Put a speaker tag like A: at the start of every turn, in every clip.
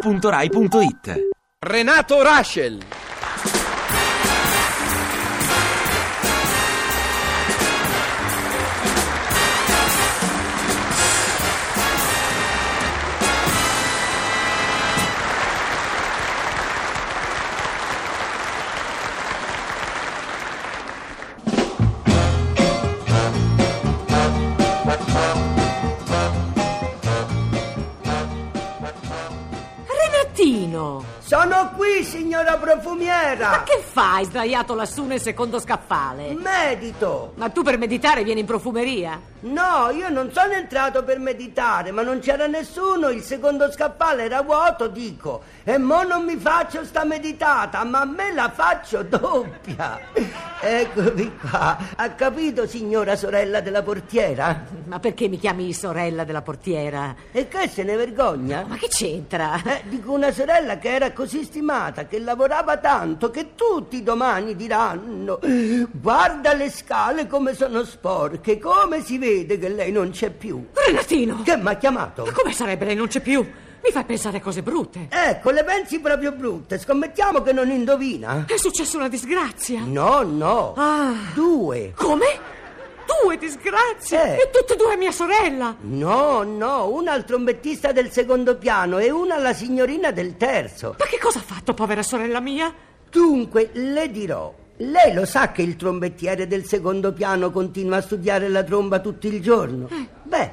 A: radio2pod.rai.it
B: Renato Raschel.
C: Renatino!
D: Sono qui, signora
C: Ma
D: profumiera!
C: che fai sdraiato lassù nel secondo scaffale?
D: Medito!
C: Ma tu per meditare vieni in profumeria?
D: No, io non sono entrato per meditare, ma non c'era nessuno, il secondo scaffale era vuoto, dico. E mo non mi faccio sta meditata, ma a me la faccio doppia. Eccomi qua. Ha capito, signora sorella della portiera?
C: Ma perché mi chiami sorella della portiera?
D: E che se ne vergogna?
C: Ma che c'entra?
D: Eh, dico una sorella che era così stimata, che lavorava tanto, che tutti domani diranno guarda le scale come sono sporche, come si vede che lei non c'è più.
C: Renatino!
D: Che mi ha chiamato?
C: Ma come sarebbe lei non c'è più? Mi fai pensare a cose brutte.
D: Ecco, le pensi proprio brutte, scommettiamo che non indovina.
C: È successa una disgrazia.
D: No, no,
C: Ah.
D: due.
C: Come? Due disgrazie!
D: Eh.
C: E tutte e due a mia sorella!
D: No, no, una al trombettista del secondo piano e una alla signorina del terzo.
C: Ma che cosa ha fatto, povera sorella mia?
D: Dunque, le dirò. Lei lo sa che il trombettiere del secondo piano continua a studiare la tromba tutto il giorno?
C: Eh.
D: Beh,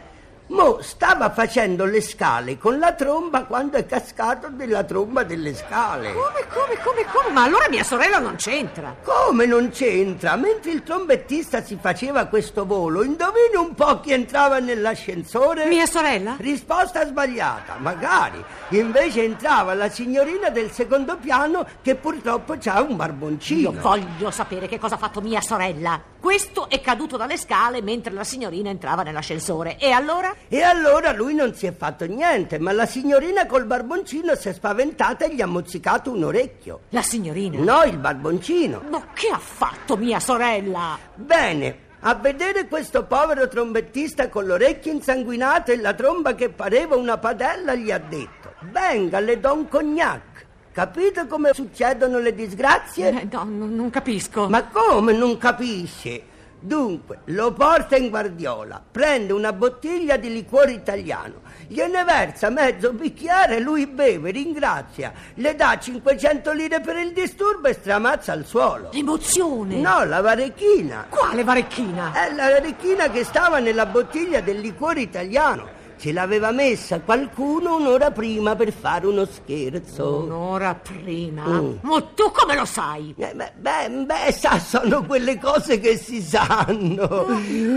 D: mo stava facendo le scale con la tromba quando è cascato della tromba delle scale.
C: Come, come, come, come? Ma allora mia sorella non c'entra!
D: Come non c'entra? Mentre il trombettista si faceva questo volo, indovini un po' chi entrava nell'ascensore?
C: Mia sorella?
D: Risposta sbagliata, magari. Invece entrava la signorina del secondo piano che purtroppo ha un barboncino.
C: Io voglio sapere che cosa ha fatto mia sorella. Questo è caduto dalle scale mentre la signorina entrava nell'ascensore. E allora?
D: E allora lui non si è fatto niente, ma la signorina col barboncino si è spaventata e gli ha mozzicato un orecchio.
C: La signorina?
D: No, il barboncino.
C: Ma che ha fatto mia sorella?
D: Bene, a vedere questo povero trombettista con l'orecchio insanguinato e la tromba che pareva una padella gli ha detto: Venga, le do un cognac. Capito come succedono le disgrazie?
C: Eh, no, non non capisco.
D: Ma come non capisce? Dunque, lo porta in guardiola, prende una bottiglia di liquore italiano, gliene versa mezzo bicchiere, lui beve, ringrazia, le dà 500 lire per il disturbo e stramazza al suolo.
C: L'emozione!
D: No, la varechina.
C: Quale varecchina?
D: È la varechina che stava nella bottiglia del liquore italiano. Ce l'aveva messa qualcuno un'ora prima per fare uno scherzo.
C: Un'ora prima.
D: Eh. Mm.
C: Ma tu come lo sai?
D: Eh, Beh, beh, beh, sa, sono quelle cose che si sanno.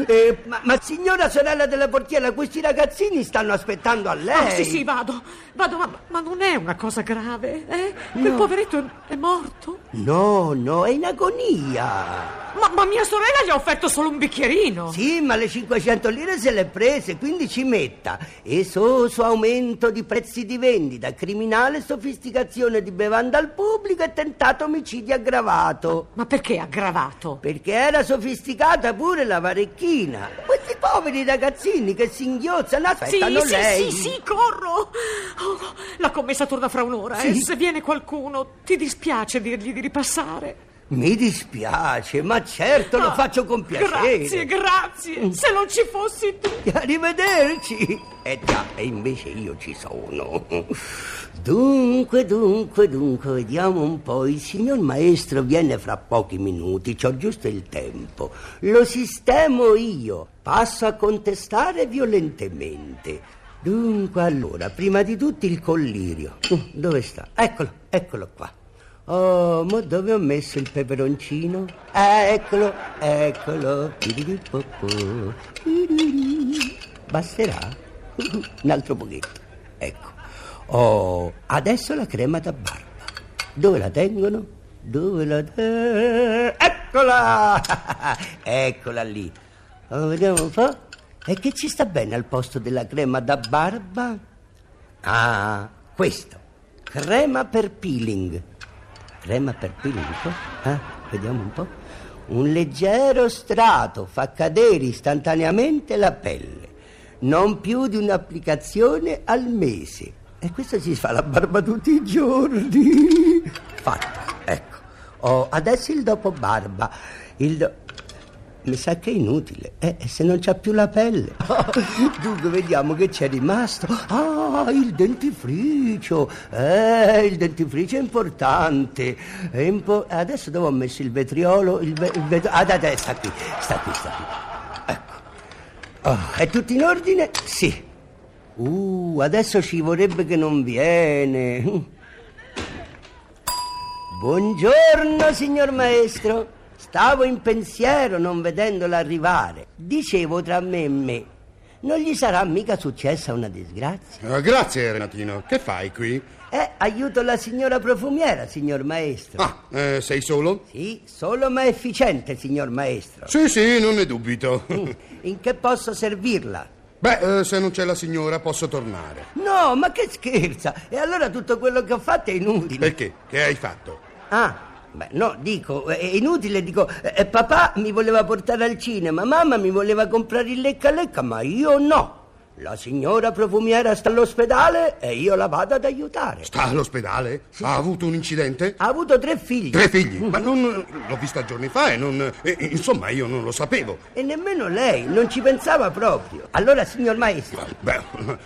D: Eh, ma, ma signora sorella della portiera, questi ragazzini stanno aspettando a lei.
C: Ah, sì, sì, vado. Vado, ma, ma non è una cosa grave, eh? Quel poveretto è, è morto.
D: No, no, è in agonia.
C: Ma, ma mia sorella gli ha offerto solo un bicchierino.
D: Sì, ma le 500 lire se le è prese, quindi ci metta. Esoso aumento di prezzi di vendita, criminale sofisticazione di bevanda al pubblico e tentato omicidio aggravato.
C: Ma perché aggravato?
D: Perché era sofisticata pure la varecchina. Questi poveri ragazzini che si inghiozzano aspettano
C: sì, sì,
D: lei.
C: sì, sì, corro! Oh, la commessa torna fra un'ora
D: Sì.
C: e se viene qualcuno ti dispiace dirgli di ripassare.
D: Mi dispiace, ma certo lo
C: Ah,
D: faccio con piacere. Mm.
C: Grazie, grazie! Se non ci fossi tu...
D: Arrivederci. E già, e invece io ci sono. Dunque, dunque, dunque, vediamo un po'. Il signor maestro viene fra pochi minuti, c'ho giusto il tempo. Lo sistemo io. Passo a contestare violentemente. Dunque, allora, prima di tutto il collirio. Uh, Dove sta? Eccolo, eccolo qua. Oh, ma dove ho messo il peperoncino? Ah, eccolo, eccolo. Piripipopò. Piriri. Basterà? Un altro pochetto. Ecco. Oh, adesso la crema da barba. Dove la tengono? Dove la tengono? Eccola! Eccola lì. Oh, vediamo un po'. E che ci sta bene al posto della crema da barba? Ah, questo. Crema per peeling. Crema per peeling, un po'? Eh, vediamo un po'. Un leggero strato fa cadere istantaneamente la pelle. Non più di un'applicazione al mese. E questa si fa la barba tutti i giorni. Fatto, ecco. Oh, adesso il dopo barba. Il do- Mi sa che è inutile, eh, se non c'ha più la pelle. dunque vediamo che c'è rimasto. Ah, il dentifricio. Eh, il dentifricio è importante. È impo- adesso dove ho messo il vetriolo? Il ve- il vetro- ah, dai, dai, sta qui, sta qui, sta qui. Oh, è tutto in ordine? Sì. Uh, adesso ci vorrebbe che non viene. Buongiorno, signor maestro. Stavo in pensiero non vedendola arrivare. Dicevo tra me e me, non gli sarà mica successa una disgrazia.
A: Eh, grazie Renatino, che fai qui?
D: Eh, aiuto la signora profumiera, signor maestro.
A: Ah, eh, sei solo?
D: Sì, solo ma efficiente, signor maestro. Mm,
A: Sì, sì, non ne dubito.
D: Uh. In che posso servirla?
A: Beh, eh, se non c'è la signora posso tornare.
D: No, ma che scherza! E allora tutto quello che ho fatto è inutile.
A: Perché? Che hai fatto?
D: Ah, beh, no, dico, è inutile, dico, eh, papà mi voleva portare al cinema, mamma mi voleva comprare il lecca lecca, ma io no. La signora profumiera sta all'ospedale e io la vado ad aiutare.
A: Sta all'ospedale? Ha avuto un incidente?
D: Ha avuto tre figli
A: Tre figli? Ma non... l'ho vista giorni fa e non... e- e- insomma, io non lo sapevo.
D: e nemmeno lei, non ci pensava proprio. Allora, signor maestro,
A: Beh,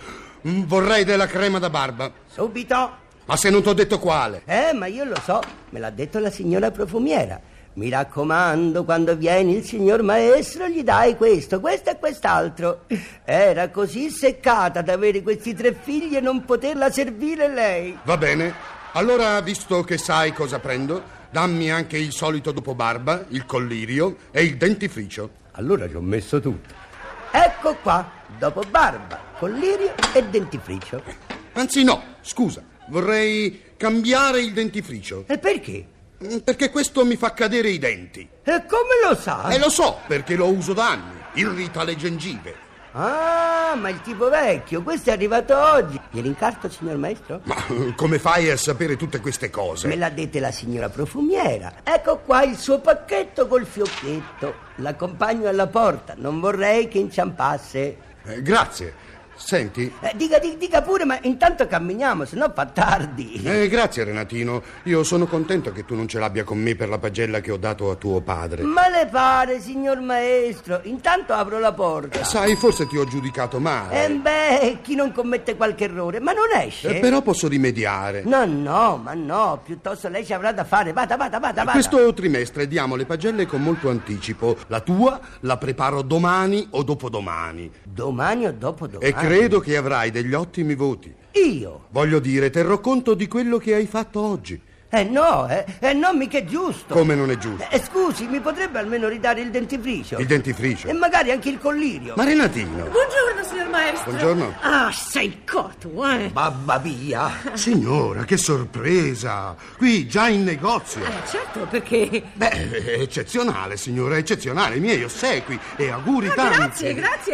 A: mm, vorrei della crema da barba.
D: subito.
A: Ma se non t'ho detto quale?
D: Eh, ma io lo so, me l'ha detto la signora profumiera. Mi raccomando, quando vieni il signor maestro gli dai questo, questo e quest'altro. Era così seccata ad avere questi tre figli e non poterla servire lei.
A: Va bene. Allora, visto che sai cosa prendo, dammi anche il solito dopo barba, il collirio e il dentifricio.
D: Allora ci ho messo tutto. Ecco qua, dopo barba, collirio e dentifricio.
A: Anzi, no, scusa, vorrei cambiare il dentifricio.
D: E perché?
A: Mm, Perché questo mi fa cadere i denti.
D: E come lo sa?
A: E lo so, perché lo uso da anni. Irrita le gengive.
D: Ah, ma il tipo vecchio, questo è arrivato oggi. Glielo incarto, signor maestro?
A: Ma eh, come fai a sapere tutte queste
D: Me
A: cose?
D: l'ha detta la signora profumiera. Ecco qua il suo pacchetto col fiocchetto. L'accompagno alla porta, non vorrei che inciampasse.
A: Eh, grazie. Senti.
D: Eh, dica, di- dica pure, ma intanto camminiamo, sennò fa tardi.
A: eh, grazie Renatino, io sono contento che tu non ce l'abbia con me per la pagella che ho dato a tuo padre.
D: Ma le pare, signor maestro? Intanto apro la porta.
A: Eh, Sai, forse ti ho giudicato male.
D: E beh, chi non commette qualche errore, ma non esce.
A: Eh, però posso rimediare.
D: No, no, ma no, piuttosto lei ci avrà da fare. Vada, vada, vada, vada.
A: Questo trimestre diamo le pagelle con molto anticipo. La tua la preparo domani o dopodomani.
D: Domani o dopodomani?
A: E credo che avrai degli ottimi voti.
D: Io?
A: Voglio dire, terrò conto di quello che hai fatto oggi.
D: Eh no, eh, eh no, mica è giusto.
A: Come non è giusto?
D: Eh, scusi, mi potrebbe almeno ridare il dentifricio?
A: Il dentifricio.
D: E magari anche il collirio.
A: Ma Renatino.
C: Buongiorno, signor maestro.
A: Buongiorno.
C: Ah, sei cotto, eh?
D: Mamma mia!
A: Signora, che sorpresa! Qui già in negozio.
C: Eh, certo, perché...
A: Beh, è eccezionale, signora, è eccezionale. I miei ossequi e auguri
C: Ah,
A: tanti.
C: grazie, grazie,
A: Arrivederci.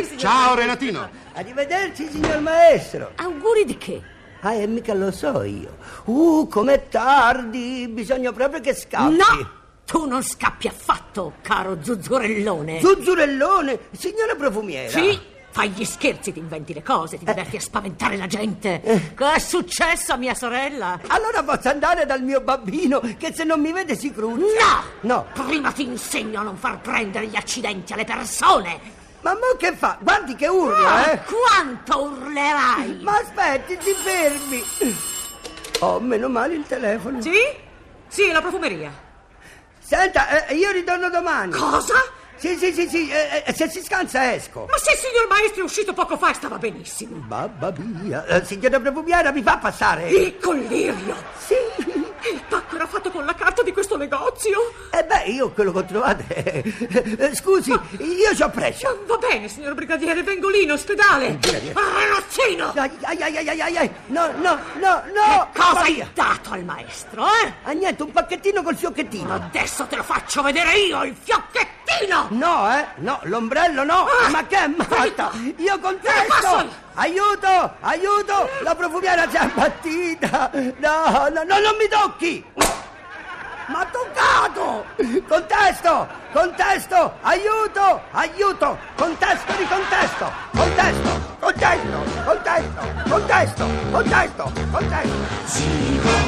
C: arrivederci, signor
A: Ciao
C: Renatino.
A: Renatino.
D: Arrivederci, signor maestro!
C: Auguri di che?
D: Ah, e mica lo so io. Uh, com'è tardi! Bisogna proprio che scappi.
C: No! Tu non scappi affatto, caro zuzzurellone.
D: Zuzzurellone, signora profumiera!
C: Sì, fai gli scherzi, ti inventi le cose, ti
D: Eh.
C: diverti a spaventare la gente. Che è successo a mia sorella?
D: Allora posso andare dal mio bambino, che se non mi vede si cruzza.
C: No!
D: No!
C: Prima ti insegno a non far prendere gli accidenti alle persone.
D: Ma mo che fa? Guardi che urla,
C: Ah,
D: eh!
C: Quanto urlerai?
D: Ma aspetti, ti fermi! Oh, meno male il telefono.
C: Sì? Sì, la profumeria.
D: Senta, eh, io ritorno domani.
C: Cosa?
D: Sì, sì, sì, sì, eh, eh, se si scansa esco.
C: Ma se il signor maestro è uscito poco fa e stava benissimo.
D: Babba mia, la signora profumiera mi fa passare.
C: Il collirio!
D: Sì.
C: Il pacco era fatto con la carta di questo negozio.
D: E beh, io quello che ho trovato. eh, eh, Scusi, io ci ho
C: Ma
D: preso.
C: Mm, Va bene, signor brigadiere, vengo lì in ospedale.
D: Brigadiere.
C: Ragazzino! Eh,
D: Ai, ai, ai, ai, ai, ai, ai. No, no, no, no.
C: Cosa
D: Maria.
C: hai dato al maestro, eh?
D: Ah, niente, un pacchettino col fiocchettino.
C: Adesso te lo faccio vedere io, il fiocchettino!
D: No, eh, no, l'ombrello no.
C: Ah.
D: Ma che è matta?
C: Passa.
D: Io contesto. Aiuto, aiuto. La profumiera si è abbattita. No, no, no, non mi tocchi. Ma toccato! Contesto! Contesto! Aiuto! Aiuto! Contesto di contesto! Contesto! Con- Contesto, contesto, contesto, contesto, contesto.